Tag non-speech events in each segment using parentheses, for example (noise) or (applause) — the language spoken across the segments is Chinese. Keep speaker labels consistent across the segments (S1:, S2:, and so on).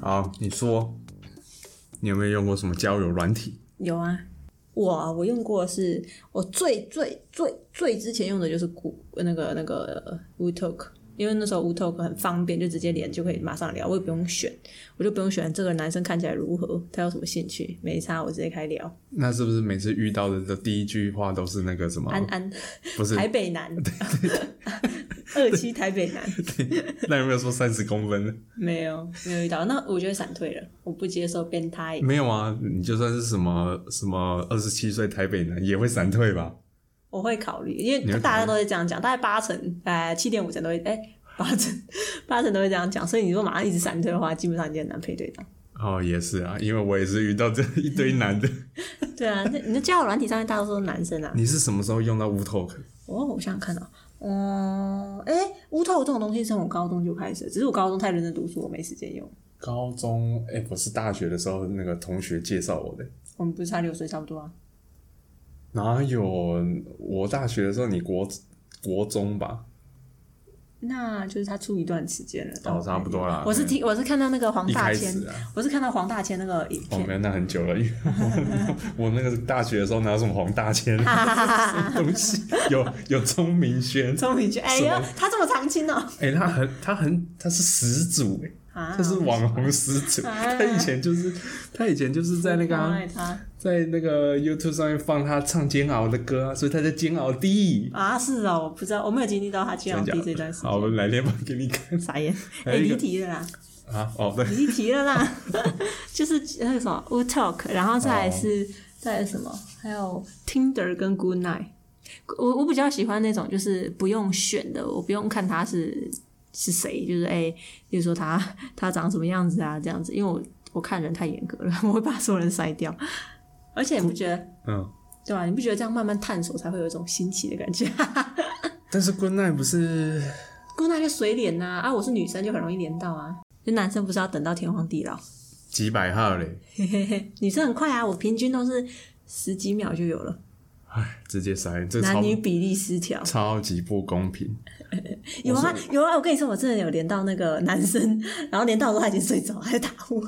S1: 好，你说你有没有用过什么交友软体？
S2: 有啊，我啊我用过的是我最最最最之前用的就是古那个那个 WeTalk，因为那时候 WeTalk 很方便，就直接连就可以马上聊，我也不用选，我就不用选这个男生看起来如何，他有什么兴趣，没差，我直接开聊。
S1: 那是不是每次遇到的的第一句话都是那个什么？
S2: 安安，
S1: 哦不是
S2: 台北男，二期台北男，
S1: (laughs) 那有没有说三十公分？
S2: 没有没有遇到，那我觉得闪退了，我不接受变态。
S1: 没有啊，你就算是什么什么二十七岁台北男也会闪退吧？
S2: 我会考虑，因
S1: 你会
S2: 为大家都会这样讲，大概八成，呃，七点五成都会，哎、八成，八成都会这样讲。所以你如果马上一直闪退的话，基本上你就很难配对到。
S1: 哦，也是啊，因为我也是遇到这一堆男的。
S2: 对啊，那你的交友软体上面大多数都是男生
S1: (laughs)
S2: 啊。
S1: 你是什么时候用到 w Talk？
S2: 哦，我想想看啊，嗯，哎、乌透这种东西是从我高中就开始的，只是我高中太认真读书，我没时间用。
S1: 高中哎、我是大学的时候那个同学介绍我的。
S2: 我们不是差六岁差不多啊？
S1: 哪有？我大学的时候，你国国中吧？
S2: 那就是他出一段时间了。
S1: 哦差不多啦
S2: 我是听，我是看到那个黄
S1: 一
S2: 大
S1: 开
S2: 千
S1: 始啊，
S2: 我是看到黄大千那个影
S1: 哦，
S2: 片，
S1: 没有，那很久了，因为我 (laughs) 我那个大学的时候哪有什么黄大
S2: (laughs)
S1: 千东西，有有钟明轩，
S2: 钟明轩，哎
S1: 什么
S2: 呀，他这么长青哦、
S1: 哎、他很他很他是始祖哎、
S2: 啊，
S1: 他是网红始祖，
S2: 啊
S1: 他以前就是他以前就是在那个、
S2: 我
S1: 啊
S2: 爱、他。
S1: 在那个 YouTube 上面放他唱煎熬的歌啊，所以他叫煎熬弟。
S2: 啊，是哦，我不知道，我没有经历到他见
S1: 真
S2: 老
S1: 假的
S2: 弟
S1: (laughs)
S2: 这段时
S1: 好，我
S2: 间。
S1: 们来练吧，给你 (laughs) 看
S2: 傻眼，
S1: 还
S2: 哎、
S1: 有一个
S2: 离题了
S1: (laughs)
S2: 啦，
S1: 啊，哦对，
S2: 离题了啦， (laughs) 就是那个什么 w Talk，然后再来是、
S1: 哦
S2: 再来什么，还有 Tinder 跟 Good Night。我我比较喜欢那种就是不用选的，我不用看他是是谁，就是哎，比、如说他 (laughs) 他长什么样子啊这样子，因为我我看人太严格了， (laughs) 我会把所有人筛掉。而且你不觉得
S1: 嗯，
S2: 对吧、你不觉得这样慢慢探索才会有一种新奇的感觉？
S1: 但是 Good Night 不是
S2: 姑奶就水脸呐、啊，我是女生就很容易连到啊。就男生不是要等到天荒地老，
S1: 几百号嘞，
S2: 嘿嘿嘿，女生很快啊，我平均都是十几秒就有了。
S1: 哎，直接删，这超
S2: 男女比例失调，
S1: 超级不公平。
S2: 有啊有啊，我跟你说，我真的有连到那个男生，然后连到的时候他已经睡着，还在打呼，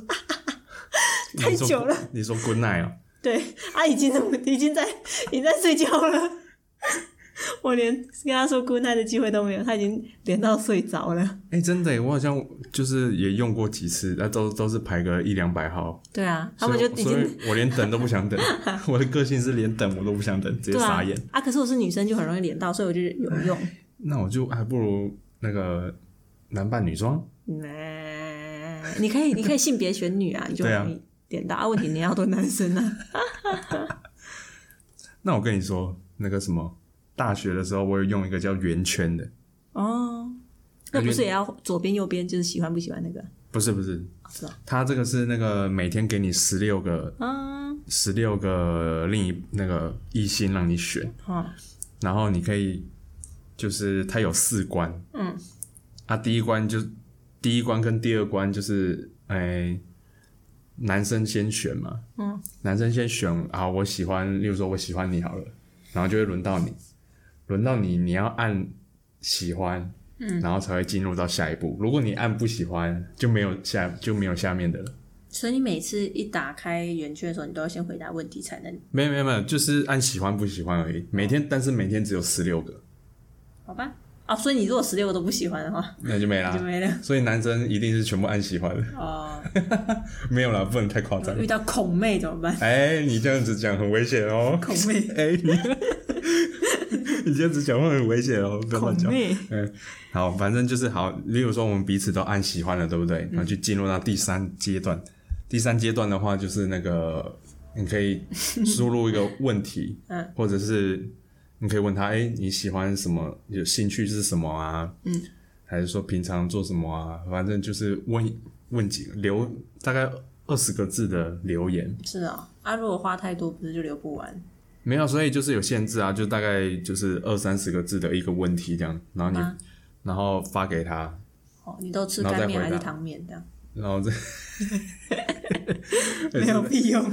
S2: (laughs) 太久了。
S1: (laughs) 你说 Good Night 哦，
S2: 对，他已经已经在已经在睡觉了。 (laughs) 我连跟他说 good night 的机会都没有，他已经连到睡着了。
S1: 哎、真的耶，我好像就是也用过几次，那、都都是排个一两百号，
S2: 对啊，他
S1: 所
S2: 们
S1: 以
S2: 就已
S1: 所
S2: 经
S1: 以我连等都不想
S2: (laughs)
S1: 等， (laughs) 我的个性是连等我都不想等，直接
S2: 对
S1: 傻
S2: 啊
S1: 眼。
S2: 啊！可是我是女生，就很容易连到，所以我就有用。
S1: 那我就还不如那个男扮女装，
S2: 嗯 (laughs) 你可以，你可以性别选女啊，你就
S1: 对啊
S2: 容易点到啊。问题你要多男生
S1: (laughs)
S2: 啊，
S1: 那我跟你说，那个什么，大学的时候我有用一个叫圆圈的，
S2: 哦，那不是也要左边右边，就是喜欢不喜欢那个啊？
S1: 不是不是，
S2: 是吧？
S1: 它这个是那个每天给你十六个
S2: 啊，
S1: 十六个另一那个异性让你选，
S2: 哦，
S1: 然后你可以就是它有四关，
S2: 嗯，
S1: 啊，第一关就第一关跟第二关就是，哎、男生先选嘛，
S2: 嗯，
S1: 男生先选啊，我喜欢，例如说我喜欢你好了，然后就会轮到你，轮到你，你要按喜欢，嗯，然后才会进入到下一步。如果你按不喜欢，就没有下就没有下面的了。
S2: 所以你每次一打开圆圈的时候，你都要先回答问题才能，
S1: 没有没有没有，就是按喜欢不喜欢而已。每天，但是每天只有十六个，
S2: 好吧？哦，所以你如果十六个都不喜欢的话，
S1: 那就没啦
S2: 就。
S1: (laughs)
S2: 没了。
S1: 所以男生一定是全部按喜欢的， (laughs)
S2: 哦，
S1: 没有啦，不能太夸张。
S2: 遇到孔妹怎
S1: (laughs)
S2: 么办？
S1: 哎、你这样子讲很危险哦。
S2: 孔妹，
S1: 哎、你 (laughs) 你这样子讲话很危险哦，不要乱
S2: 孔
S1: 讲。
S2: 妹，
S1: 嗯，好，反正就是好。例如说，我们彼此都按喜欢了，对不
S2: 嗯
S1: 对？然后就进入到第三阶段。第三阶段的话，就是那个你可以输入一个问题，
S2: (laughs) 嗯，
S1: 或者是你可以问他，哎、你喜欢什么？有兴趣是什么啊？
S2: 嗯，
S1: 还是说平常做什么啊？反正就是问问几个留大概二十个字的留言，
S2: 是啊、哦，啊，如果花太多，不是就留不完？
S1: 没有，所以就是有限制啊，就大概就是二三十个字的一个问题这样，然后你，
S2: 啊
S1: 然后发给他，
S2: 哦，你都吃
S1: 然后再
S2: 干面
S1: 回
S2: 还是
S1: 答
S2: 汤面这样？
S1: 然后再，哎
S2: 没有屁用。
S1: (laughs)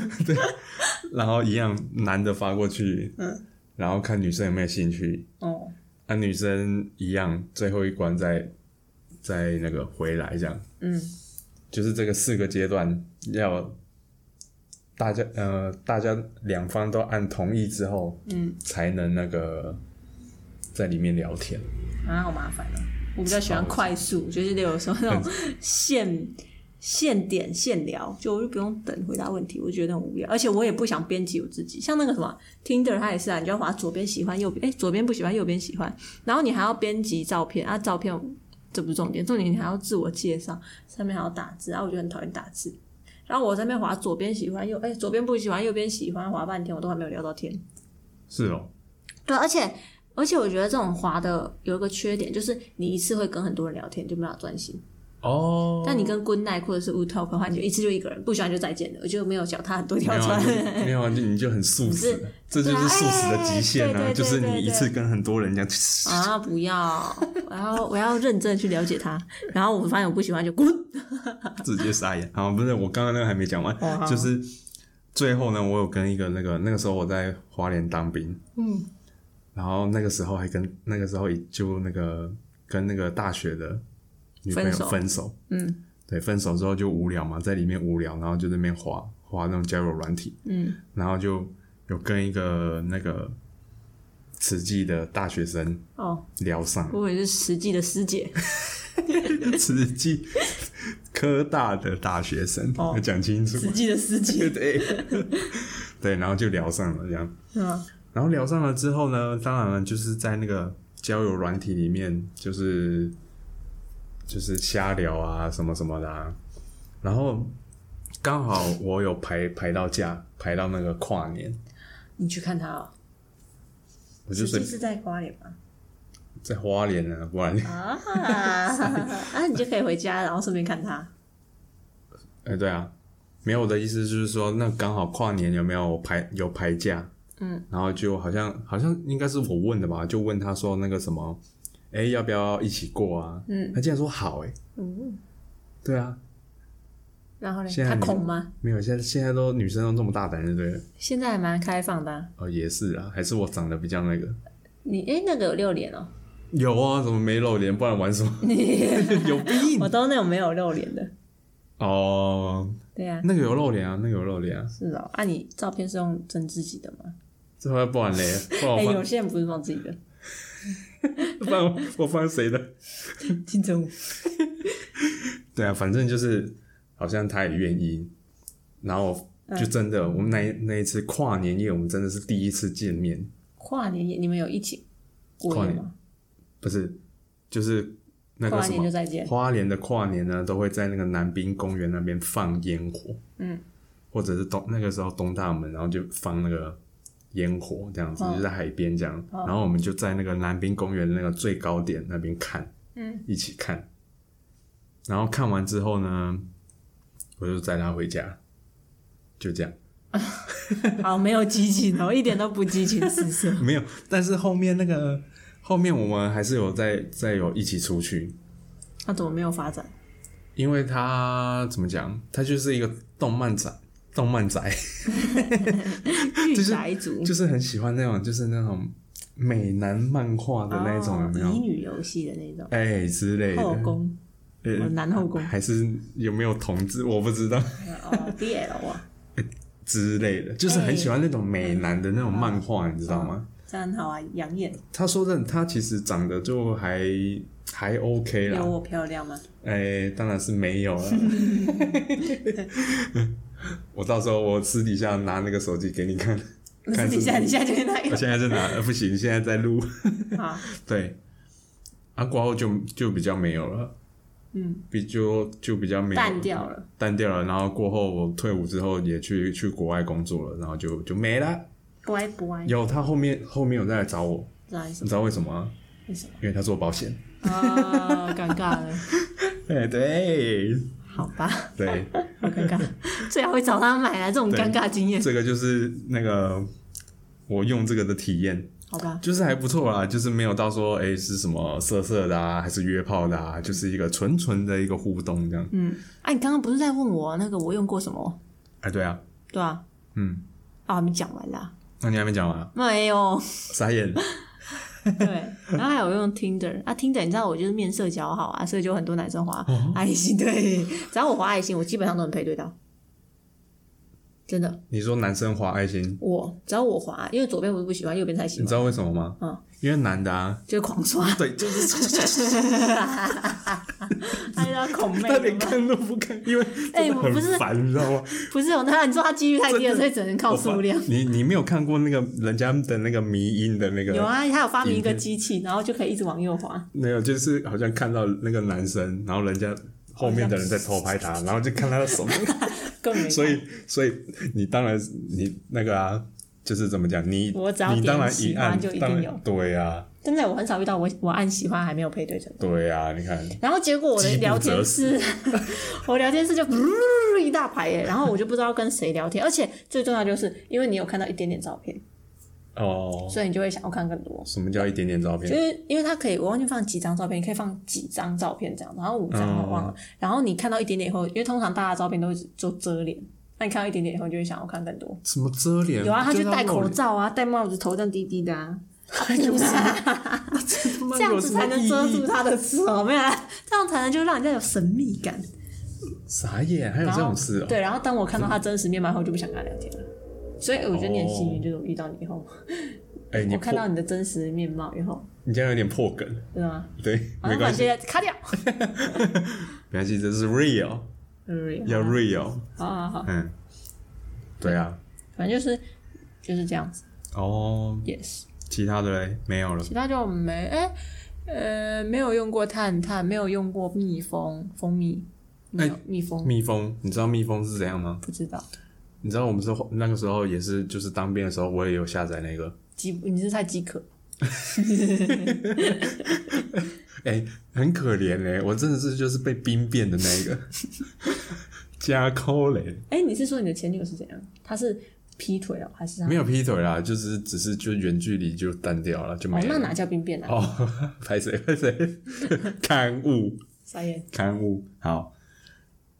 S1: 然后一样男的发过去，
S2: 嗯，
S1: 然后看女生有没有兴趣，
S2: 哦，
S1: 那、女生一样最后一关再再那个回来这样，
S2: 嗯，
S1: 就是这个四个阶段要大家呃大家两方都按同意之后，
S2: 嗯，
S1: 才能那个在里面聊天。
S2: 啊，好麻烦哦。我比较喜欢快速，就是有时候那种现现点现聊，就我就不用等回答问题，我就觉得很无聊。而且我也不想编辑我自己，像那个什么 Tinder，它也是啊，你就要划左边喜欢右边，哎、左边不喜欢右边喜欢，然后你还要编辑照片啊，照片这不是重点，重点你还要自我介绍，上面还要打字啊，我就很讨厌打字。然后我在那边划左边喜欢右，哎、左边不喜欢右边喜欢，划半天我都还没有聊到天。
S1: 是哦，
S2: 对，啊而且而且我觉得这种滑的有一个缺点，就是你一次会跟很多人聊天，就没有专心。
S1: 哦，
S2: 但你跟 Good Night 或者是 Wu Talk 的话，你就一次就一个人，不喜欢就再见了，我就没有脚踏很多
S1: 没
S2: 条
S1: 有啊，
S2: 船。
S1: 就没有啊，就你就很素食
S2: 你是，
S1: 这就是素食的极限
S2: 对啊
S1: 啊！
S2: 哎
S1: 就是
S2: 对对
S1: 你
S2: 对
S1: 一次
S2: 对
S1: 跟很多人 (laughs) 讲，
S2: 啊！不
S1: (laughs)
S2: 要，我要我要认真地去了解他，然后我发现我不喜欢就滚。
S1: 直接傻眼。好，不是我刚刚那个还没讲完
S2: 哦，好
S1: 就是最后呢，我有跟一个那个那个时候我在花莲当兵，
S2: 嗯，
S1: 然后那个时候还跟那个时候就那个跟那个大学的女朋友
S2: 分手
S1: 分手，
S2: 嗯
S1: 对，分手之后就无聊嘛，在里面无聊，然后就在那边滑滑那种交友软体，
S2: 嗯
S1: 然后就有跟一个那个慈济的大学生
S2: (laughs) 哦，
S1: 聊上
S2: (laughs)
S1: 了，
S2: 我以为是实际的师姐。
S1: 慈济科大的大学生，
S2: 哦
S1: 要讲清楚，
S2: 实际的师姐，
S1: 对 (laughs) 对，然后就聊上了这样。
S2: 嗯
S1: 然后聊上了之后呢，当然了，就是在那个交友软体里面，就是就是瞎聊啊，什么什么的、啊。然后刚好我有排排到假，排到那个跨年，
S2: 你去看他哦。
S1: 我就随
S2: 实际是在花莲吗？
S1: 在花莲呢、啊，不然
S2: 啊 (laughs) 啊，你就可以回家，然后顺便看他。
S1: 哎、对啊，没有我的意思就是说，那刚好跨年有没有排有排假？
S2: 嗯，
S1: 然后就好像好像应该是我问的吧，就问他说那个什么，哎、要不要一起过啊？
S2: 嗯
S1: 他竟然说好哎、
S2: 嗯，
S1: 对啊，
S2: 然后呢？
S1: 现在
S2: 他
S1: 你
S2: 恐吗？
S1: 没有，现在现在都女生都这么大胆，就对了。
S2: 现在还蛮开放的啊、
S1: 哦，也是啊，还是我长得比较那个。
S2: 你哎、那个有六脸哦、
S1: 有啊，怎么没露脸？不然玩什么？ (laughs) 有病！
S2: (laughs) 我都那种没有露脸的。
S1: 哦，
S2: 对呀、啊，
S1: 那个有露脸啊，那个有露脸啊，
S2: 是哦、啊，你照片是用真自己的吗？
S1: 这会不然嘞？不然
S2: 哎、
S1: 我
S2: 有些人不是放自己的。
S1: 放，不然我我放谁的？
S2: 金城武。
S1: 对啊，反正就是好像他也愿意，然后
S2: 嗯
S1: 就真的，我们那一那一次跨年夜，我们真的是第一次见面，
S2: 跨年夜你们有一起过夜吗？
S1: 不是，就是那个
S2: 跨
S1: 什
S2: 年就
S1: 么
S2: 再见。
S1: 花莲的跨年呢，都会在那个南滨公园那边放烟火，
S2: 嗯，
S1: 或者是东那个时候东大门，然后就放那个烟火这样子，
S2: 嗯
S1: 就在海边这样，
S2: 嗯
S1: 然后我们就在那个南滨公园那个最高点那边看，
S2: 嗯，
S1: 一起看，然后看完之后呢，我就载他回家，就这样，
S2: 好，没有激情哦， (laughs) 一点都不激情四射。
S1: 没有，但是后面那个后面我们还是有再再有一起出去，
S2: 那、怎么没有发展？
S1: 因为他怎么讲，他就是一个动漫宅，动漫宅。
S2: 御
S1: 就是
S2: 宅族
S1: 就是很喜欢那种，就是那种美男漫画的那种，有没
S2: 哦乙
S1: 有？
S2: 女游戏的那种
S1: 哎、之类的，
S2: 后宫，
S1: 呃
S2: 哦男后宫
S1: 还是有没有同志，我不知道 (laughs)
S2: 哦 BL 啊，
S1: 之类的，就是很喜欢那种美男的那种漫画，你知道吗？
S2: 这样很好啊，养眼。
S1: 他说真的，他其实长得就还还 OK
S2: 有
S1: 啦，
S2: 我漂亮吗？
S1: 哎、当然是没有
S2: (laughs)
S1: 了。我到时候我私底下拿那个手机给你看，看
S2: 你
S1: 是
S2: 现在你现在就那
S1: 我
S2: 个
S1: 现在在拿，呃不行，现在在录。
S2: 好，
S1: 对，啊，过后就就比较没有了，
S2: 嗯，
S1: 比就就比较没有
S2: 淡掉了。
S1: 淡掉了。然后过后我退伍之后也去去国外工作了，然后就就没了。
S2: 乖乖，
S1: 有他后面后面有再来找我，
S2: 不好意思
S1: 你，知道为什么吗？
S2: 为什么？
S1: 因为他做保险。 (laughs)
S2: 啊，尴尬了，
S1: 哎，对
S2: 好吧，
S1: 对，
S2: 好尴
S1: (laughs)
S2: 尬，最好会找他买啊来这种尴尬经验，
S1: 这个就是那个我用这个的体验。
S2: 好吧，
S1: 就是还不错啦，就是没有到说哎、诶是什么色色的啊，还是约炮的啊，就是一个纯纯的一个互动这样。哎、
S2: 嗯，啊，你刚刚不是在问我那个我用过什么？
S1: 对啊，
S2: 对啊，
S1: 嗯，
S2: 啊，我们讲完了，
S1: 那你还没讲完啊，
S2: 没有，
S1: 傻眼。 (laughs)
S2: 对，然后还有用 Tinder 啊，Tinder 你知道我就是面色姣好啊，所以就很多男生滑
S1: 哦
S2: 爱心，对，只要我滑爱心，我基本上都能配对到，真的，
S1: 你说男生滑爱心，
S2: 我只要我滑，因为左边我不喜欢，右边才喜
S1: 你
S2: 欢，
S1: 知道为什么吗？
S2: 嗯，
S1: 因为男的啊，
S2: 就狂
S1: (laughs)
S2: 刷，
S1: 对，
S2: (laughs)
S1: 就是
S2: 哎呀，恐妹
S1: 他连看都不看，因为
S2: 哎
S1: 真的
S2: 我不是
S1: 很烦，你知道吗？
S2: 不是，我那你说他几率太低了，所以只能靠数量
S1: 我。烦你你没有看过那个人家的那个迷音的那个？
S2: 有啊，他有发明一个
S1: 影片
S2: 机器，然后就可以一直往右滑。 (laughs)
S1: 没有，就是好像看到那个男生，然后人家后面的人在偷拍他，然后就看他的
S2: (laughs)
S1: 手，
S2: 更没看
S1: 所以所以你当然你那个啊，就是怎么讲，你
S2: 我只要
S1: 你
S2: 点
S1: 当然
S2: 喜欢
S1: 按
S2: 就一定
S1: 当然
S2: 有
S1: 对啊
S2: 真的，我很少遇到我我按喜欢还没有配对成。
S1: 对啊，你看
S2: 然后结果我的
S1: 饥不
S2: 聊
S1: 择
S2: 天室， (laughs) 我聊天室就一大排耶，然后我就不知道跟谁聊天，而且最重要就是因为你有看到一点点照片，
S1: 哦，
S2: 所以你就会想要看更多。
S1: 什么叫一点点照
S2: 就
S1: 片？
S2: 是因为它可以，我忘记放几张照片，你可以放几张照片这样，然后五张我
S1: 哦
S2: 忘了。然后你看到一点点以后，因为通常大家的照片都是就遮脸，那你看到一点点以后，你就会想要看更多。
S1: 什么遮脸？
S2: 有啊，他
S1: 就
S2: 就戴口
S1: 罩，
S2: 罩啊，戴帽子，头这样低低的
S1: (laughs)
S2: 啊，
S1: 这
S2: 这样子才能遮住他的手， (laughs) 没有啊，这样才能就让人家有神秘感。
S1: 傻眼，还有
S2: 然
S1: 这
S2: 后
S1: 种事哦、
S2: 对，然后当我看到他真实面貌后，就不想跟他聊天了。所以我觉得你很幸
S1: 哦
S2: 运，就是我遇到你以后，
S1: 哎、你
S2: 我看
S1: 破，
S2: 到你的真实面貌以后，
S1: 你这样有点破梗，
S2: 对啊吗？
S1: 对，没
S2: 好
S1: 关
S2: 像把
S1: 系，
S2: 这些卡
S1: (laughs)
S2: 掉。
S1: 没关系，这是 real，
S2: 嗯
S1: 要 real，
S2: 好好好，
S1: 嗯，对啊，
S2: 反正就是就是这样子。
S1: 哦，
S2: Yes，
S1: 其他的嘞没有了，
S2: 其他就没哎、呃没有用过探探，没有用过蜜蜂蜂蜜，没有、
S1: 哎
S2: 蜜蜂
S1: 蜜蜂，你知道蜜蜂是怎样吗？
S2: 不知道。
S1: 你知道我们是那个时候也是，就是当兵的时候，我也有下载那个，
S2: 饥，你是太饥渴。
S1: 哎、很可怜嘞、我真的是就是被兵变的那
S2: (laughs)
S1: 个，加扣嘞，
S2: 哎、你是说你的前女友是怎样？她是劈腿哦，还是她？
S1: 没有劈腿啦，就是只是就远距离就单掉了，就
S2: 哦
S1: 没，
S2: 那
S1: 了。
S2: 哪叫兵变啊？
S1: 哦，拍谁拍谁， (laughs) 刊物
S2: 傻眼。
S1: 刊物好，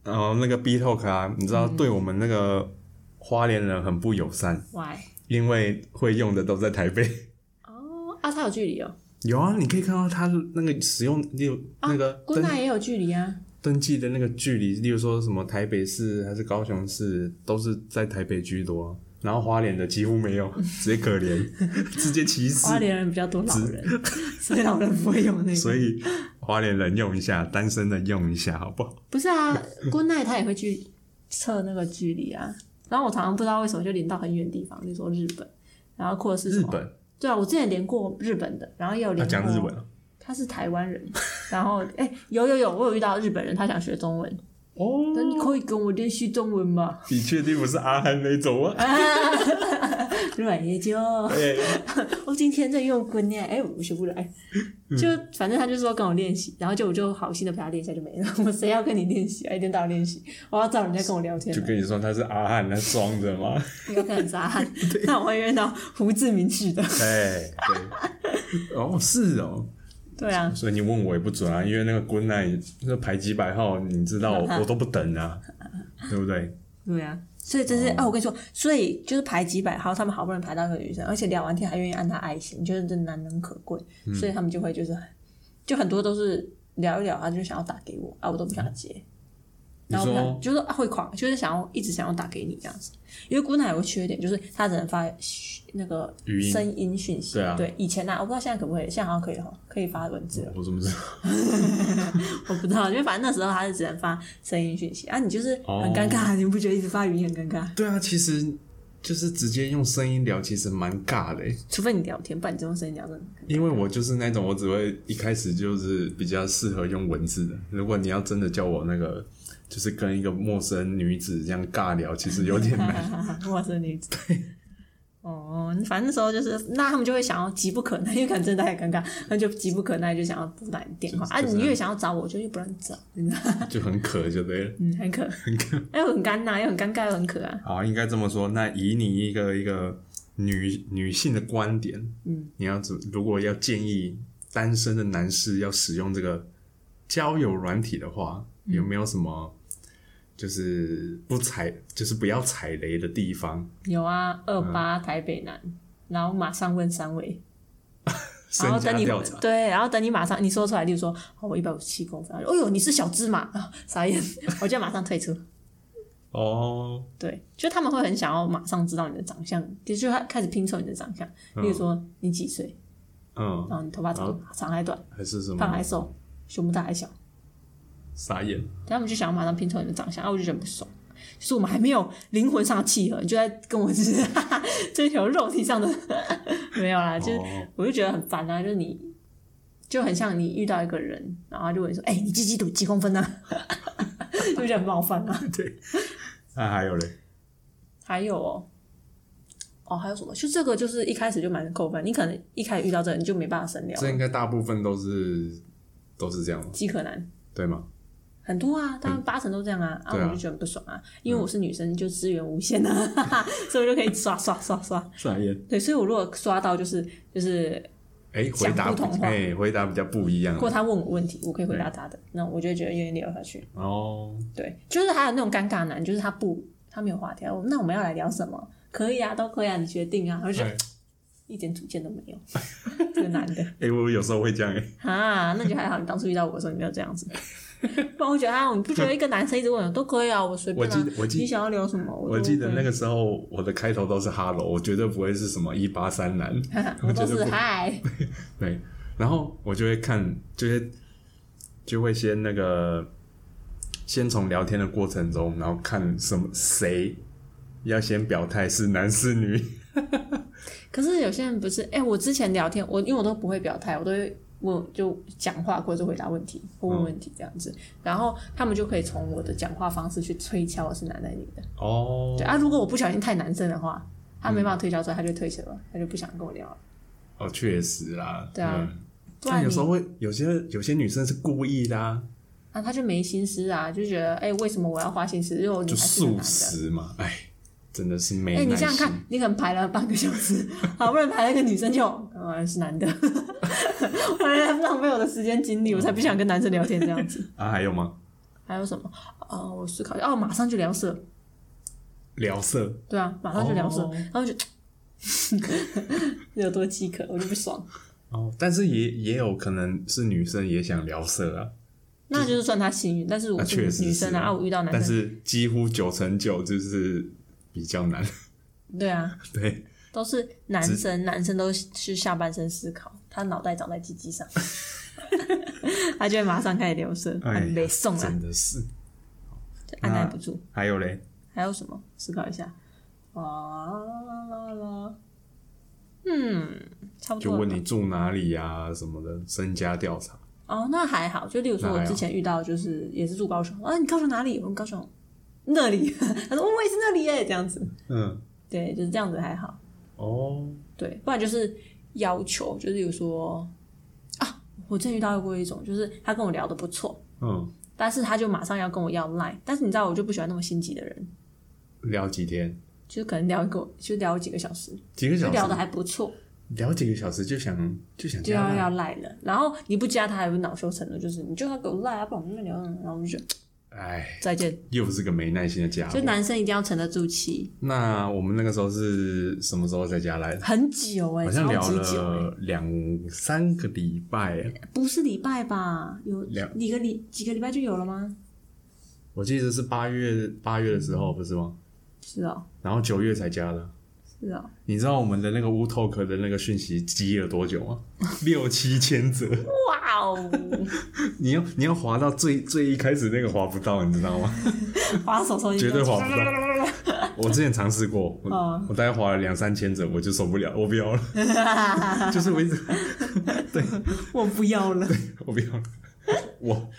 S1: 然后那个 B Talk 啊，你知
S2: 嗯
S1: 道对我们那个花莲人很不友善，
S2: Why？
S1: 因为会用的都在台北。 (laughs)
S2: 哦，啊，它有距离哦。
S1: 有啊，你可以看到它那个使用六、那个
S2: 姑
S1: 登
S2: 奶也有距离啊。
S1: 登记的那个距离，例如说什么台北市还是高雄市，都是在台北居多，然后花莲的几乎没
S2: (laughs)
S1: 有，直接可怜，直接歧视。
S2: 花莲人比较多老人，
S1: (laughs)
S2: 所以老人不会用那个。
S1: 所以花莲人用一下，单身的用一下，好不好？
S2: 不是啊，姑奶他也会去测那个距离啊。然后我常常不知道为什么就连到很远的地方，就说日本，然后或者是什
S1: 日
S2: 么
S1: 本，
S2: 对啊，我之前连过日本的，然后也有
S1: 他
S2: 连
S1: 讲
S2: 过
S1: 日文啊
S2: 他是台湾人，然后哎、有有有，我有遇到日本人，他想学中文，
S1: 哦，
S2: 那你可以跟我练习中文吗？
S1: 你确定不是阿汉那种 (laughs) 啊？
S2: 软也就
S1: 对，
S2: 我哦今天在用滚呢，哎、我学不来， (laughs) 就反正他就说跟我练习，然后就我就好心的陪他练一下就没了。 (laughs) 我谁要跟你练习啊？一天到晚练习，我要找人家跟我聊天
S1: 就
S2: 啊。
S1: 跟你说他是阿汉，他装的嘛。
S2: 应该很渣汉，那我会遇到胡志明去
S1: (laughs)
S2: 的。
S1: 哎，对，哦，是哦，
S2: 对啊，
S1: 所以你问我也不准啊，因为那个 Good Night 那排几百号，你知 (laughs) 道我我都不等啊，对不对？
S2: 对啊，所以这是、啊，我跟你说，所以就是排几百号，他们好不容易排到一个女生，而且聊完天还愿意按她爱心，就是真难能可贵。所以他们就会就是，就很多都是聊一聊，他就想要打给我啊，我都不想接。
S1: 你
S2: 然后我
S1: 说
S2: 想就是啊会狂，就是想要一直想要打给你这样子。因为姑奶有个缺点，就是她只能发嘘那个
S1: 语音
S2: 声音讯息。
S1: 对啊
S2: 以前啊，我不知道现在可不可以，现在好像可以了哈，可以发文字了，
S1: 我怎么知道？
S2: 我不知道，因为反正那时候她是只能发声音讯息啊，你就是
S1: 哦
S2: 很尴尬，你不觉得一直发语音很尴尬？
S1: 对啊，其实就是直接用声音聊，其实蛮尬的欸，
S2: 除非你聊天，不然你这种声音聊真的很尴尬。
S1: 因为我就是那种我只会一开始就是比较适合用文字的。如果你要真的叫我那个，就是跟一个陌生女子这样尬聊，其实有点
S2: 哈
S1: 难。
S2: 哈 (laughs) 哈，陌生女子。哦，反正那时候就是，那他们就会想要急不可耐，因为可能真的太尴尬，那就急不可耐就想要拨打你电话
S1: 就是
S2: 啊！
S1: 就是
S2: 你越想要找我，就越不让你找，真的，
S1: 就很渴就对了。
S2: 嗯，很可，很可， (laughs) 哎，很干呐，又很尴尬，又很可啊。
S1: 好，应该这么说。那以你一个一个女女性的观点，
S2: 嗯，
S1: 你要怎如果要建议单身的男士要使用这个交友软体的话，
S2: 嗯
S1: 有没有什么就是不踩就是不要踩雷的地
S2: 哦
S1: 方？
S2: 嗯有啊，二八台北南，然后马上问三位，然后
S1: 身家
S2: 等你
S1: 调查，
S2: 对，然后等你马上你说出来，例如说，哦，我一百五十七公分，然后就哦呦，你是小芝麻啊，傻眼， (laughs) 我就马上退出。
S1: 哦，
S2: 对，就他们会很想要马上知道你的长相，的确开始拼凑你的长相，例如说你几岁，
S1: 嗯，
S2: 然后你头发长长还短，
S1: 还是什
S2: 胖还
S1: 么
S2: 瘦，胸部大还小，
S1: 傻眼，
S2: 他们就想要马上拼凑你的长相，然后我就觉得很不爽。就是我们还没有灵魂上的契合，你就在跟我就是 (laughs) 追求肉体上的 (laughs) 没有啦，就是
S1: 哦
S2: 我就觉得很烦啊，就是你就很像你遇到一个人，然后他就问你说：“哎、你鸡鸡肚几公分呢、啊？” (laughs) 就觉得很冒犯啊。
S1: 那还有嘞，
S2: 还有哦，哦，还有什么？就这个就是一开始就蛮扣分，你可能一开始遇到这个你就没办法深聊，
S1: 这应该大部分都是都是这样嘛，
S2: 饥渴男
S1: 对吗？
S2: 很多啊，当然八成都这样啊，啊，
S1: 嗯对啊嗯
S2: 我就觉得很不爽啊，因为我是女生就资源无限啊， (laughs) 所以我就可以刷刷刷刷。
S1: 傻眼，
S2: 对，所以我如果刷到就是就是
S1: 哎，回
S2: 讲
S1: 答
S2: 不同话
S1: 哎，回答比较不一样啊
S2: 或他问我问题，我可以回答他的，
S1: 嗯
S2: 那我就会觉得有点聊下去。
S1: 哦，
S2: 对，就是还有那种尴尬男，就是他不他没有话题，啊我那我们要来聊什么？可以啊，都可以啊，你决定啊，我就觉得
S1: 哎
S2: 一点主见都没有， (laughs) 这个男的
S1: 哎，我有时候会这样哎，
S2: 啊，那就还好，你当初遇到我的时候你没有这样子， (laughs) 不然我觉得啊，你不觉得一个男生一直问我都可以啊，我随便啊
S1: 我记得我记得
S2: 你想要聊什么，
S1: 我记得那
S2: 个。，
S1: 个时候我的开头都是 “hello”，我绝对不会是什么一八三男
S2: (laughs) 我
S1: 绝对
S2: 都是
S1: 不会
S2: 嗨，
S1: 对，然后我就会看，就会就会先那个，先从聊天的过程中，然后看什么谁要先表态是男是女，
S2: 可是有些人不是，哎、我之前聊天，我因为我都不会表态，我都会问就讲话或者是回答问题
S1: 嗯
S2: 或问问题这样子，然后他们就可以从我的讲话方式去推敲我是男的还是女的。
S1: 哦
S2: 对啊，如果我不小心太男生的话，他没办
S1: 嗯
S2: 法推敲出来，他就退学了，他就不想跟我聊了。
S1: 哦，确实啦，
S2: 对啊
S1: 嗯，
S2: 不
S1: 但
S2: 然
S1: 有
S2: 你
S1: 时候会有些有些女生是故意的、啊，
S2: 啊，他就没心思啊，就觉得哎、为什么我要花心思？因为我女
S1: 就
S2: 孩是
S1: 素
S2: 个男的。
S1: 食嘛，哎，真的是没
S2: 哎、
S1: 耐心。
S2: 你想想看，你可能排了半个小时， (laughs) 好不容易排了一个女生就，啊是男的， (laughs) 我浪费我的时间精
S1: 嗯
S2: 力，我才不想跟男生聊天这样子。
S1: 啊，还有吗？
S2: 还有什么？哦，我思考一下，哦，马上就聊色，
S1: 聊色，
S2: 对啊，马上就聊色，
S1: 哦
S2: 然后就 (laughs) 有多饥渴，我就不爽，
S1: 哦，但是也也有可能是女生也想聊色啊，
S2: 那就是算他幸运。但是我
S1: 那
S2: 是
S1: 确实
S2: 女生
S1: 是
S2: 啊，啊我遇到男
S1: 但
S2: 生，
S1: 是几乎九成九就是比较难， (laughs)
S2: 对啊，
S1: 对，
S2: 都是男生，男生都是下半身思考，他脑袋长在鸡鸡上， (laughs) 他就会马上开始流色，
S1: 哎呀
S2: 很没送啊，
S1: 真的是。
S2: 就按耐不住。
S1: 还有嘞，
S2: 还有什么？思考一下，哇啦啦啦，嗯，差不
S1: 就
S2: 多了吧。
S1: 问你住哪里呀、什么的，身家调查。
S2: 哦，那还好。就例如说，
S1: 那
S2: 我
S1: 还好
S2: 之前遇到就是也是住高雄，啊，你高雄哪里？我们高雄那里。 (laughs) 他说、哦我也是那里耶，这样子。
S1: 嗯，
S2: 对，就是这样子还好。
S1: 哦，
S2: 对，不然就是要求，就是比如说啊，我之前遇到过一种，就是他跟我聊的不错，
S1: 嗯，
S2: 但是他就马上要跟我要 line，但是你知道我就不喜欢那么心急的人，
S1: 聊几天，
S2: 就是可能聊一个，就聊几个小时，
S1: 几个
S2: 就
S1: 小
S2: 聊的
S1: 时，
S2: 还不错，
S1: 聊几个小时就想就想
S2: 就
S1: 加
S2: 要
S1: 啦
S2: 要赖了。然后你不加他，还不恼羞成怒，就是你就要给我赖啊，不然我们就聊。然后我就觉得
S1: 哎，
S2: 再见。
S1: 又是个没耐心的家伙
S2: 就。男生一定要沉得住气，
S1: 那我们那个时候是什么时候在家来的？
S2: 很久哎、
S1: 好像
S2: 超
S1: 聊
S2: 级久哎、
S1: 了两三个礼拜，欸
S2: 不是礼拜吧？有
S1: 两
S2: 一个礼几个礼拜就有了吗？
S1: 我记得是八月八月的时候，不是吗？
S2: 是哦，
S1: 然后九月才加的。
S2: 是哦，
S1: 你知道我们的那个 Wu Talk 的那个讯息积了多久
S2: (laughs)
S1: 吗？六七千则。
S2: 哇 (laughs) 哦，
S1: 你要你要滑到最最一开始那个滑不到，你知道
S2: (laughs)
S1: 吗？
S2: 滑手手机
S1: 绝对滑不
S2: 到，
S1: (laughs) 我之前尝试过，我、
S2: 嗯
S1: 我大概滑了两三千折，我就受不了，我不要了，
S2: (laughs)
S1: 就是我一直
S2: 我不要了，
S1: 我不要了，我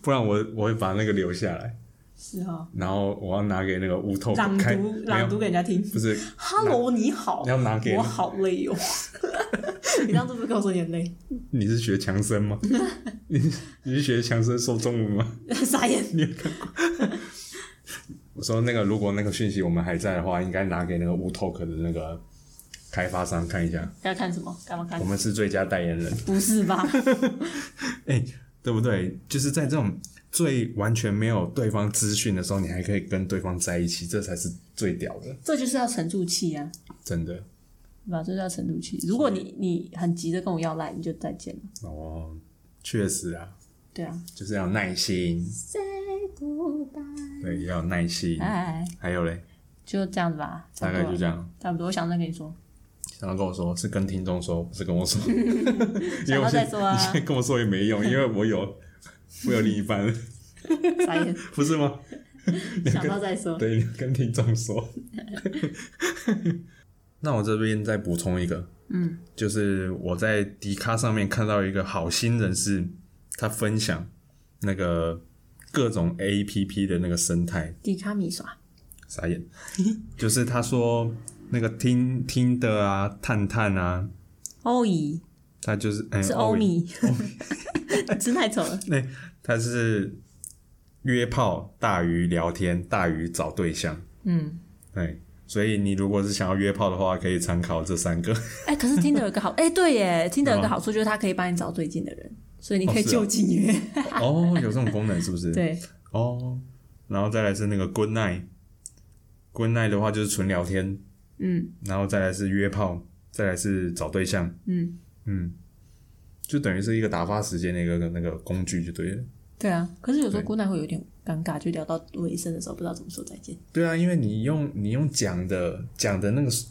S1: 不然我我会把那个留下来，
S2: 是哦，
S1: 然后我要拿给那个乌头
S2: 朗
S1: 开，
S2: 读
S1: 没
S2: 朗
S1: 有
S2: 读给人家听
S1: 不是
S2: ，Hello，你好，
S1: 要拿给
S2: 我好累
S1: (laughs)
S2: 哦，你当初不是跟我说你很累，
S1: 你是学强生
S2: (laughs)
S1: 吗？你是你是学强生说中文吗？
S2: 傻眼，
S1: 我说那个如果那个讯息我们还在的话，应该拿给那个乌 talk 的那个开发商看一下，
S2: 要看什么？干嘛看
S1: 我？们是最佳代言人。
S2: 不是吧？
S1: 哎、对不对？就是在这种最完全没有对方资讯的时候，你还可以跟对方在一起，这才是最屌的，
S2: 这就是要沉住气啊，
S1: 真的。
S2: 对吧？这就叫程度去。如果你你很急着跟我要赖，你就再见了。
S1: 哦，确实啊，
S2: 对啊，
S1: 就是要有耐心，
S2: Say goodbye，
S1: 对，要有耐心。
S2: 哎，
S1: 还有嘞，
S2: 就这样子吧，差
S1: 大
S2: 不
S1: 概
S2: 多
S1: 就
S2: 了
S1: 这样。
S2: 差不多。我想再跟你说，
S1: 想要跟我说，是跟听众说，不是跟我
S2: (laughs)
S1: 说。因为
S2: 想
S1: 我
S2: 到
S1: 现
S2: 再
S1: 在
S2: 说啊
S1: 你，现在跟我说也没用，因为我有我有另一半了，
S2: 傻眼，
S1: (laughs) 不是吗？
S2: 想到再说。
S1: 对，跟听众说。 (laughs) 那我这边再补充一个，
S2: 嗯，
S1: 就是我在迪卡上面看到一个好心人士，他分享那个各种 A P P 的那个生态，
S2: 迪卡米耍，
S1: 傻眼，就是他说那个听听的啊，探探啊，
S2: 欧姨
S1: 他就是、哎
S2: 是
S1: 欧
S2: 欧
S1: 米
S2: 米， (laughs) 真太丑了。
S1: 那他是约炮大于聊天大于找对象，
S2: 嗯，
S1: 对，所以你如果是想要约炮的话，可以参考这三个。
S2: 哎，可是 Tinder 有一个好，哎，对耶，Tinder 有一个好处就是它可以帮你找最近的人，所以你可以
S1: 哦是啊
S2: 就近约。
S1: 哦，有这种功能是不是？。
S2: 对，
S1: 哦，然后再来是那个 Good Night，Good Night 的话就是纯聊天，
S2: 嗯
S1: 然后再来是约炮，再来是找对象，
S2: 嗯，
S1: 嗯，就等于是一个打发时间的一个那个工具就对了。
S2: 对啊。可是有时候
S1: 对
S2: 姑奶会有点尴尬，就聊到尾声的时候不知道怎么说再见。
S1: 对啊，因为你用你用讲的讲的那个速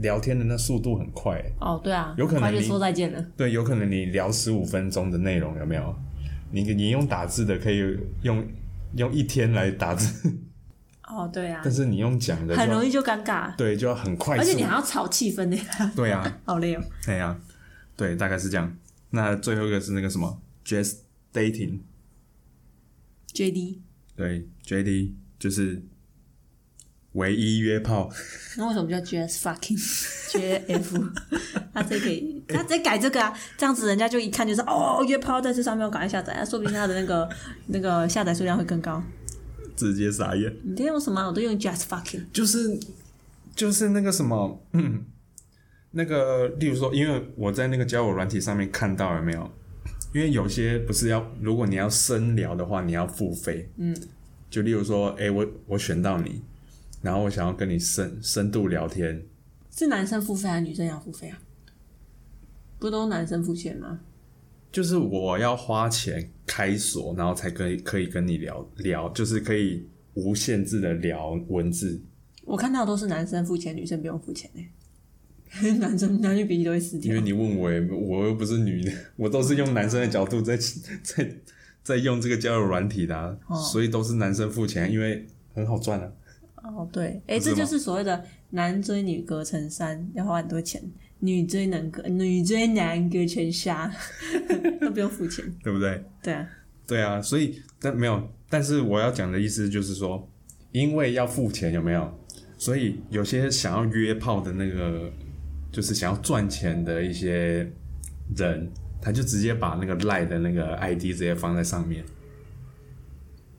S1: 聊天的那速度很快，
S2: 哦，对啊，
S1: 有可能
S2: 很快就
S1: 你
S2: 说再见了。
S1: 对，有可能你聊十五分钟的内容有没有？你你用打字的可以用用一天来打字， (laughs)
S2: 哦，对啊
S1: 但，是你用讲的就
S2: 很容
S1: 要
S2: 易就尴尬，
S1: 对就要很快速，
S2: 而且你还要炒气氛呢，
S1: 对啊，
S2: 好累哦。
S1: 对呀、对，大概是这样。那最后一个是那个什么，just dating，
S2: JD，
S1: 对，JD 就是唯一约炮，
S2: (laughs) 那为什么叫 JS fucking？JF，他 (laughs) 这可以，他直接改这个啊，这样子人家就一看就是哦，约炮在这上面，我赶快下载啊，说不定他的那 (laughs) 个那个下载数量会更高。
S1: 直接傻眼，
S2: 你都用什么啊？我都用 JS fucking。
S1: 就是就是那个什么，嗯，那个，例如说，因为我在那个交友软体上面看到有没有，因为有些不是要，如果你要深聊的话，你要付费，嗯，就例如说，哎、我我选到你，然后我想要跟你深深度聊天，
S2: 是男生付费还是女生要付费啊？不都男生付钱吗？
S1: 就是我要花钱开锁，然后才可以可以跟你聊聊，就是可以无限制的聊文字。
S2: 我看到都是男生付钱，女生不用付钱呢、 (laughs) 男生男女比例都会失
S1: 因
S2: 掉
S1: 为。你问我也，我又不是女的，我都是用男生的角度在在在用这个交友软体的啊、
S2: 哦
S1: 所以都是男生付钱，因为很好赚啊。
S2: 哦，对，哎、
S1: 不是
S2: 这
S1: 吗
S2: 就是所谓的男追女隔层山，要花很多钱；女追男隔，女追男隔全纱， (laughs) 都不用付钱。
S1: (laughs) 对不对？
S2: 对啊，
S1: 对啊，所以但没有，但是我要讲的意思就是说，因为要付钱，有没有？所以有些想要约炮的那个，就是想要赚钱的一些人，他就直接把那个赖的那个 ID 直接放在上面。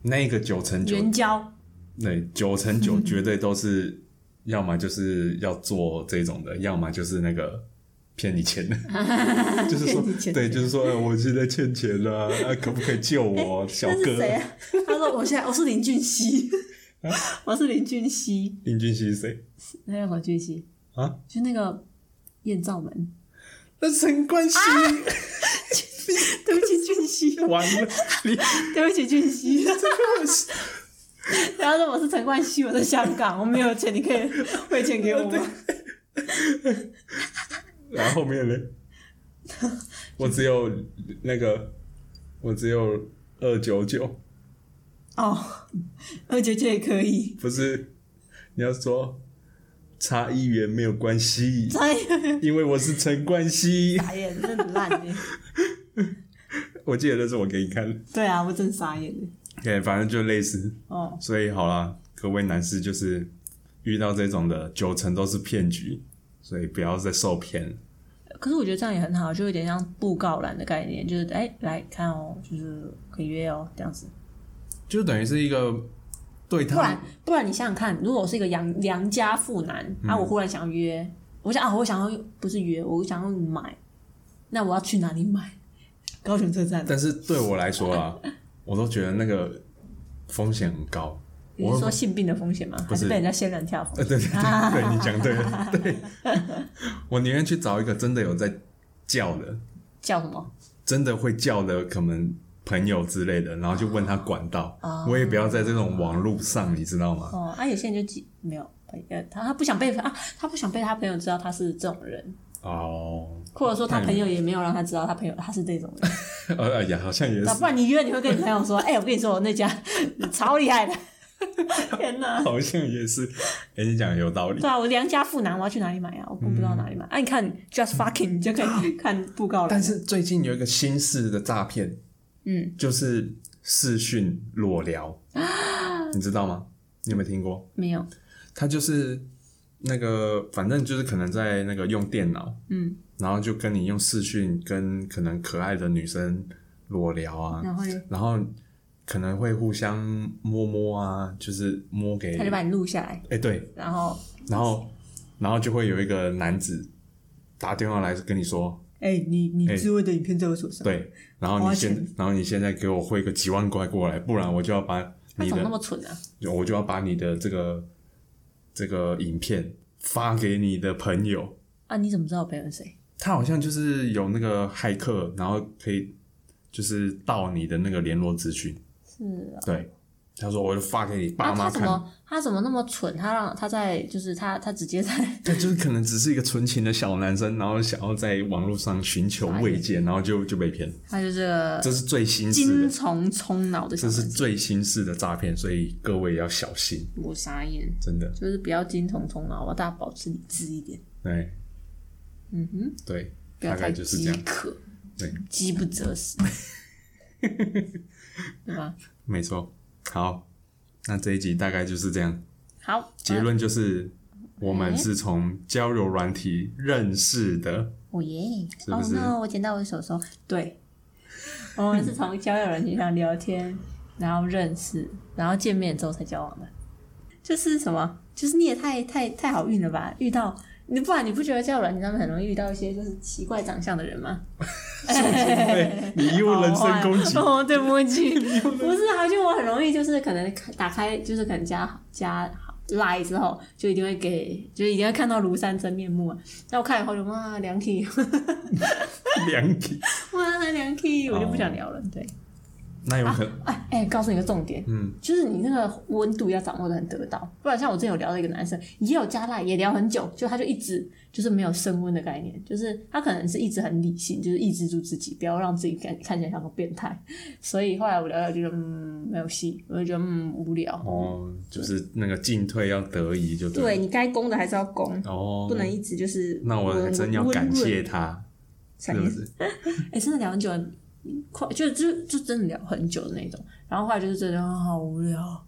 S1: 那个九成九，
S2: 援交
S1: 对，九成九绝对都是，要么就是要做这种的，要么就是那个骗你钱
S2: (laughs)
S1: 的，就是说
S2: 骗你，钱
S1: 对，就是说，呃我现在欠钱了、啊，可不可以救我，小
S2: 那是
S1: 哥？啊
S2: 谁啊？ (laughs) 他说我现在我是林俊
S1: (laughs)
S2: 熙，我是林俊熙，
S1: 林俊熙是谁
S2: 那叫什么俊熙？
S1: 啊？
S2: 就那个艳照门。 (laughs)
S1: 那陈冠希、
S2: 啊对不起，俊熙， (laughs)
S1: 完了，你
S2: 对不起，俊熙。 (laughs) 然后说我是陈冠希，我在香港，我没有钱，你可以汇钱
S1: (laughs)
S2: 给我吗？
S1: 然后后面呢？我只有那个，我只有二九九，
S2: 哦，二九九也可以。 (laughs)
S1: 不是？你要说差一元没有关系，
S2: 哎，
S1: 因为我是陈冠希。
S2: 傻眼，真的很烂欸耶！
S1: 我记得那是我给你看的，
S2: (laughs) 对啊，我真傻眼耶
S1: 对，反正就类似。
S2: 哦，
S1: 所以好啦，各位男士就是遇到这种的，九成都是骗局，所以不要再受骗了。
S2: 可是我觉得这样也很好，就有点像布告栏的概念，就是哎、来看哦，就是可以约哦，这样子。
S1: 就等于是一个对
S2: 不然
S1: 他，
S2: 不然你想想看，如果我是一个良良家妇男，啊，我忽然想约，我想啊，我想要不是约，我想要买，那我要去哪里买？高雄车站。
S1: 啊但是对我来说啦，我都觉得那个风险很高，
S2: 你是说性病的风险吗？还是被人家仙人跳风
S1: 呃，对
S2: 险？
S1: 对对，对你讲对了，对，我宁愿去找一个真的有在叫的，
S2: 叫什么？
S1: 真的会叫的，可能朋友之类的，然后就问他管道，我也不要在这种网络上，你知道吗？
S2: 哦，啊，有些人就记没有，呃，他他不想被啊，他不想被他朋友知道他是这种人，
S1: 哦，
S2: 或者说他朋友也没有让他知道他朋友他是这种人，
S1: 呃，哎呀，好像也是
S2: 那，不然你约你会跟你朋友说，哎、我跟你说我
S1: (laughs)
S2: 那家超厉害的， (laughs) 天哪！
S1: 好像也是，哎、你讲得有道理
S2: 对。啊，我良家妇男，我要去哪里买啊？我不知道哪里买。啊，你看 Just Fucking 你就可
S1: (laughs)
S2: 以看布告了。
S1: 嗯但是最近有一个新式的诈骗，
S2: 嗯，
S1: 就是视讯裸聊，你知道吗？你有没有听过？
S2: 没有，
S1: 他就是那个，反正就是可能在那个用电脑，
S2: 嗯，
S1: 然后就跟你用视讯跟可能可爱的女生裸聊啊，
S2: 然后呢
S1: 然后可能会互相摸摸啊，就是摸给，
S2: 他就
S1: 哎、
S2: 把你录下来，
S1: 对，
S2: 然后
S1: 然后然后就会有一个男子打电话来跟你说，
S2: 哎、你你自慰的影片在我手上，
S1: 对，然后
S2: 花
S1: 你现然后你现在给我汇个几万块过来，不然我就要把
S2: 他
S1: 你
S2: 怎么那
S1: 的
S2: 么蠢啊？
S1: 我就要把你的这个这个影片发给你的朋友。
S2: 啊，你怎么知道我朋友是谁？
S1: 他好像就是有那个骇客，然后可以就是盗你的那个联络资讯。
S2: 是啊，
S1: 对，他说我就发给你爸
S2: 啊，
S1: 妈
S2: 他怎
S1: 看，
S2: 么他怎么那么蠢？他让他在就是他他直接在
S1: 对，就是可能只是一个纯情的小男生，然后想要在网络上寻求慰
S2: 哎
S1: 藉，然后就就被骗。
S2: 他就这个
S1: 这是最新式
S2: 精
S1: 的，
S2: 虫充脑的小
S1: 这是
S2: 人，
S1: 最新式的诈骗，所以各位要小心，
S2: 我傻眼，
S1: 真的。
S2: 就是不要精虫充脑，我大家保持理智一点，
S1: 对
S2: 嗯哼。
S1: 哎对，
S2: 不
S1: 大
S2: 要
S1: 概
S2: 太
S1: 就是
S2: 饥
S1: 这样，
S2: 渴，
S1: 对，
S2: 饥不择食，对吧？
S1: 没错。好，那这一集大概就是这样。
S2: 好，
S1: 结论就是，我们是从交友软体认识的。
S2: (laughs) 哦耶！
S1: 是不是
S2: 哦，no，我捡到我的手手。对，我们是从交友软件上聊天，然后认识，然后见面之后才交往的。就是什么？就是你也太太太好运了吧？遇到你，不然你不觉得交友软件上面很容易遇到一些就是奇怪长相的人吗？，
S1: 对你又人身攻击
S2: 哦，对不
S1: (laughs)
S2: 起，不是啊，就我很容易就是可能打开就是可能加加 lie 之后，就一定会给，就一定会看到庐山真面目啊。那我看以后就哇梁 key，
S1: 两体。
S2: 哇梁 key，我就不想聊了。对，
S1: 那有可能，
S2: 哎哎，告诉你个重点，
S1: 嗯，
S2: 就是你那个温度要掌握的很得到，不然像我之前有聊到一个男生，也有加赖，也聊很久，就他就一直就是没有升温的概念，就是他可能是一直很理性，就是抑制住自己，不要让自己看看起来像个变态。所以后来我聊聊，觉得嗯没有戏，我就觉得嗯无聊。
S1: 哦，就是那个进退要得宜就
S2: 对
S1: 了。
S2: 你该攻的还是要攻，
S1: 哦，
S2: 不能一直就是
S1: 那我还真要
S2: 温
S1: 感。
S2: 温
S1: 谢
S2: 润
S1: 他，是
S2: 才
S1: 不是？
S2: 哎、真的聊很久，快就就就真的聊很久的那种。然后后来就是真的、啊好无聊，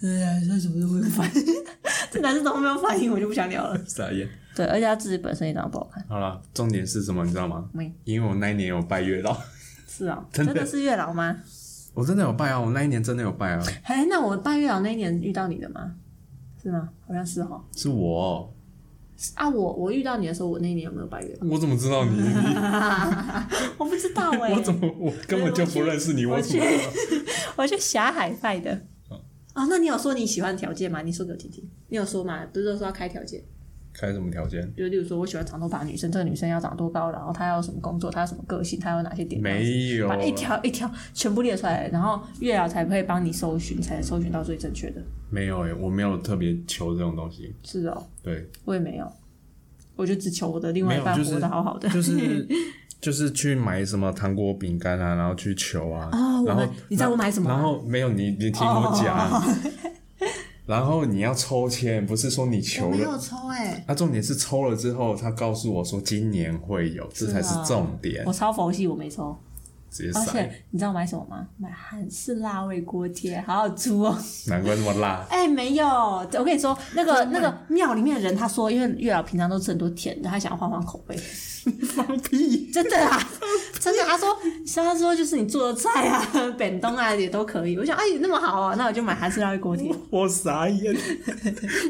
S2: 对呀，这什么都没有反应， (laughs) 这男生怎么没有反应，我就不想聊了。
S1: 傻眼。
S2: 对，而且他自己本身也长得不好看。
S1: 好了，重点是什么？你知道吗
S2: 没？
S1: 因为我那一年有拜月老，
S2: 是啊、
S1: 真的
S2: 是月老吗？
S1: (laughs) 我真的有拜啊，我那一年真的有拜啊，
S2: 哎，那我拜月老那一年遇到你的吗？是吗？好像是哈。
S1: 是我，哦
S2: 啊，我我遇到你的时候，我那一年有没有拜月
S1: 我怎么知道你？
S2: 老？ (laughs) 我不知道哎、
S1: (laughs) 我怎么我根本就不认识你？
S2: (laughs) 我
S1: 我怎
S2: 去
S1: 么知道？
S2: 我去霞海拜的。哦，那你有说你喜欢条件吗？你说给我听听。你有说吗？不是都说要开条件？
S1: 开什么条件？
S2: 就例如说，我喜欢长头发的女生，这个女生要长多高，然后她要什么工作，她要什么个性，她有哪些点，
S1: 没有
S2: 把，一条一条全部列出来，然后月老才会帮你搜寻，才能搜寻到最正确的。
S1: 没有哎，我没有特别求这种东西。
S2: 是哦，
S1: 对，
S2: 我也没有，我就只求我的另
S1: 没
S2: 外一
S1: 有
S2: 半
S1: 就
S2: 活
S1: 是
S2: 得
S1: (laughs)
S2: 好好的。
S1: 就是就是去买什么糖果、饼干啊，然后去求啊。
S2: 哦，我
S1: 然后
S2: 们你知道我买什么
S1: 然
S2: 吗？哦
S1: 后没有你，你听我讲。然后你要抽签，不是说你求了。
S2: 抽哎、
S1: 那、重点是抽了之后，他告诉我说今年会有，这才是重点。
S2: 我超佛系，我没抽。
S1: 直接
S2: 而
S1: 塞，
S2: 且你知道我买什么吗？买韩式辣味锅贴，好好吃哦。
S1: 难怪那么辣。
S2: 哎、没有，我跟你说，那个那个庙里面的人他说，因为月老平常都吃很多甜的，他想要换换口味。
S1: 放屁！
S2: 真的啊，真的。他说，他说就是你做的菜啊， (laughs) 本东啊也都可以。我想，哎，那么好啊，那我就买韩式辣味锅 (laughs) 贴。
S1: (laughs) 我傻眼！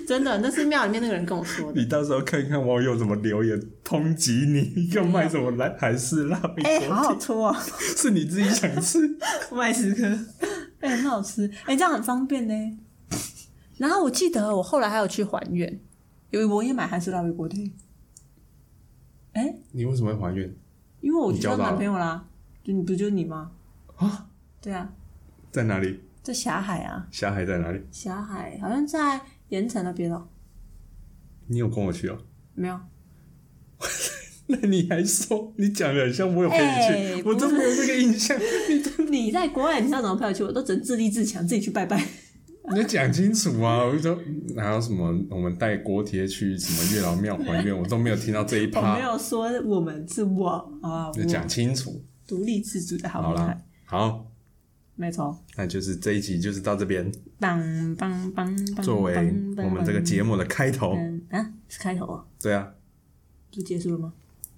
S2: 真的，那是庙里面那个人跟我说的。
S1: 你到时候看看网友怎么留言抨击你，要卖什么来韩式辣味锅
S2: (laughs) 哎、
S1: 贴
S2: 好好吃哦，
S1: 是你自己想吃？
S2: (laughs) 我买十颗，哎、很好吃，哎、这样很方便呢。然后我记得我后来还有去还愿，因为我也买韩式辣味锅贴。哎、
S1: (laughs) 你为什么会还愿？
S2: 因为我
S1: 你
S2: 交
S1: 交
S2: 到
S1: 到
S2: 男
S1: 了
S2: 朋友啦，就你不就你吗？
S1: 啊，
S2: 对啊，
S1: 在哪里？
S2: 在霞海啊，
S1: 霞海在哪里？
S2: 霞海好像在盐城那边哦，
S1: 你有跟我去哦？
S2: 没有。
S1: (laughs)
S2: (laughs)
S1: 那你还说你讲的很像我有陪你
S2: 哎
S1: 去，我都没有这个印象。
S2: 你在国外，你知道怎么派我去？我都只能自立自强，自己去拜拜。
S1: (laughs) 你要讲清楚啊！我就说哪有什么我们带锅贴去什么月老庙还愿，我都没有听到这一
S2: 我没
S1: 趴。
S2: 有说我们是我啊，
S1: 你
S2: 我
S1: 讲清楚，
S2: 独立自主的好
S1: 好
S2: 厉害
S1: 啦，，好，
S2: 没错。
S1: 那就是这一集就是到这边，
S2: 当当当当，
S1: 作为我们这个节
S2: 目，
S1: 目的开头。
S2: 嗯啊，是开头啊，
S1: 对啊，
S2: 不是结束了吗？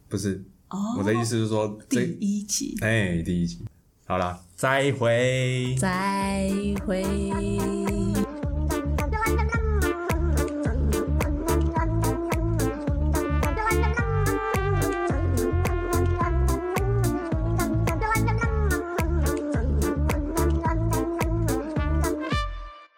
S1: 不是
S2: 哦，
S1: 我的意思是说，
S2: 第
S1: 这
S2: 一集。
S1: 哎第一集，好啦，再会。
S2: 再会。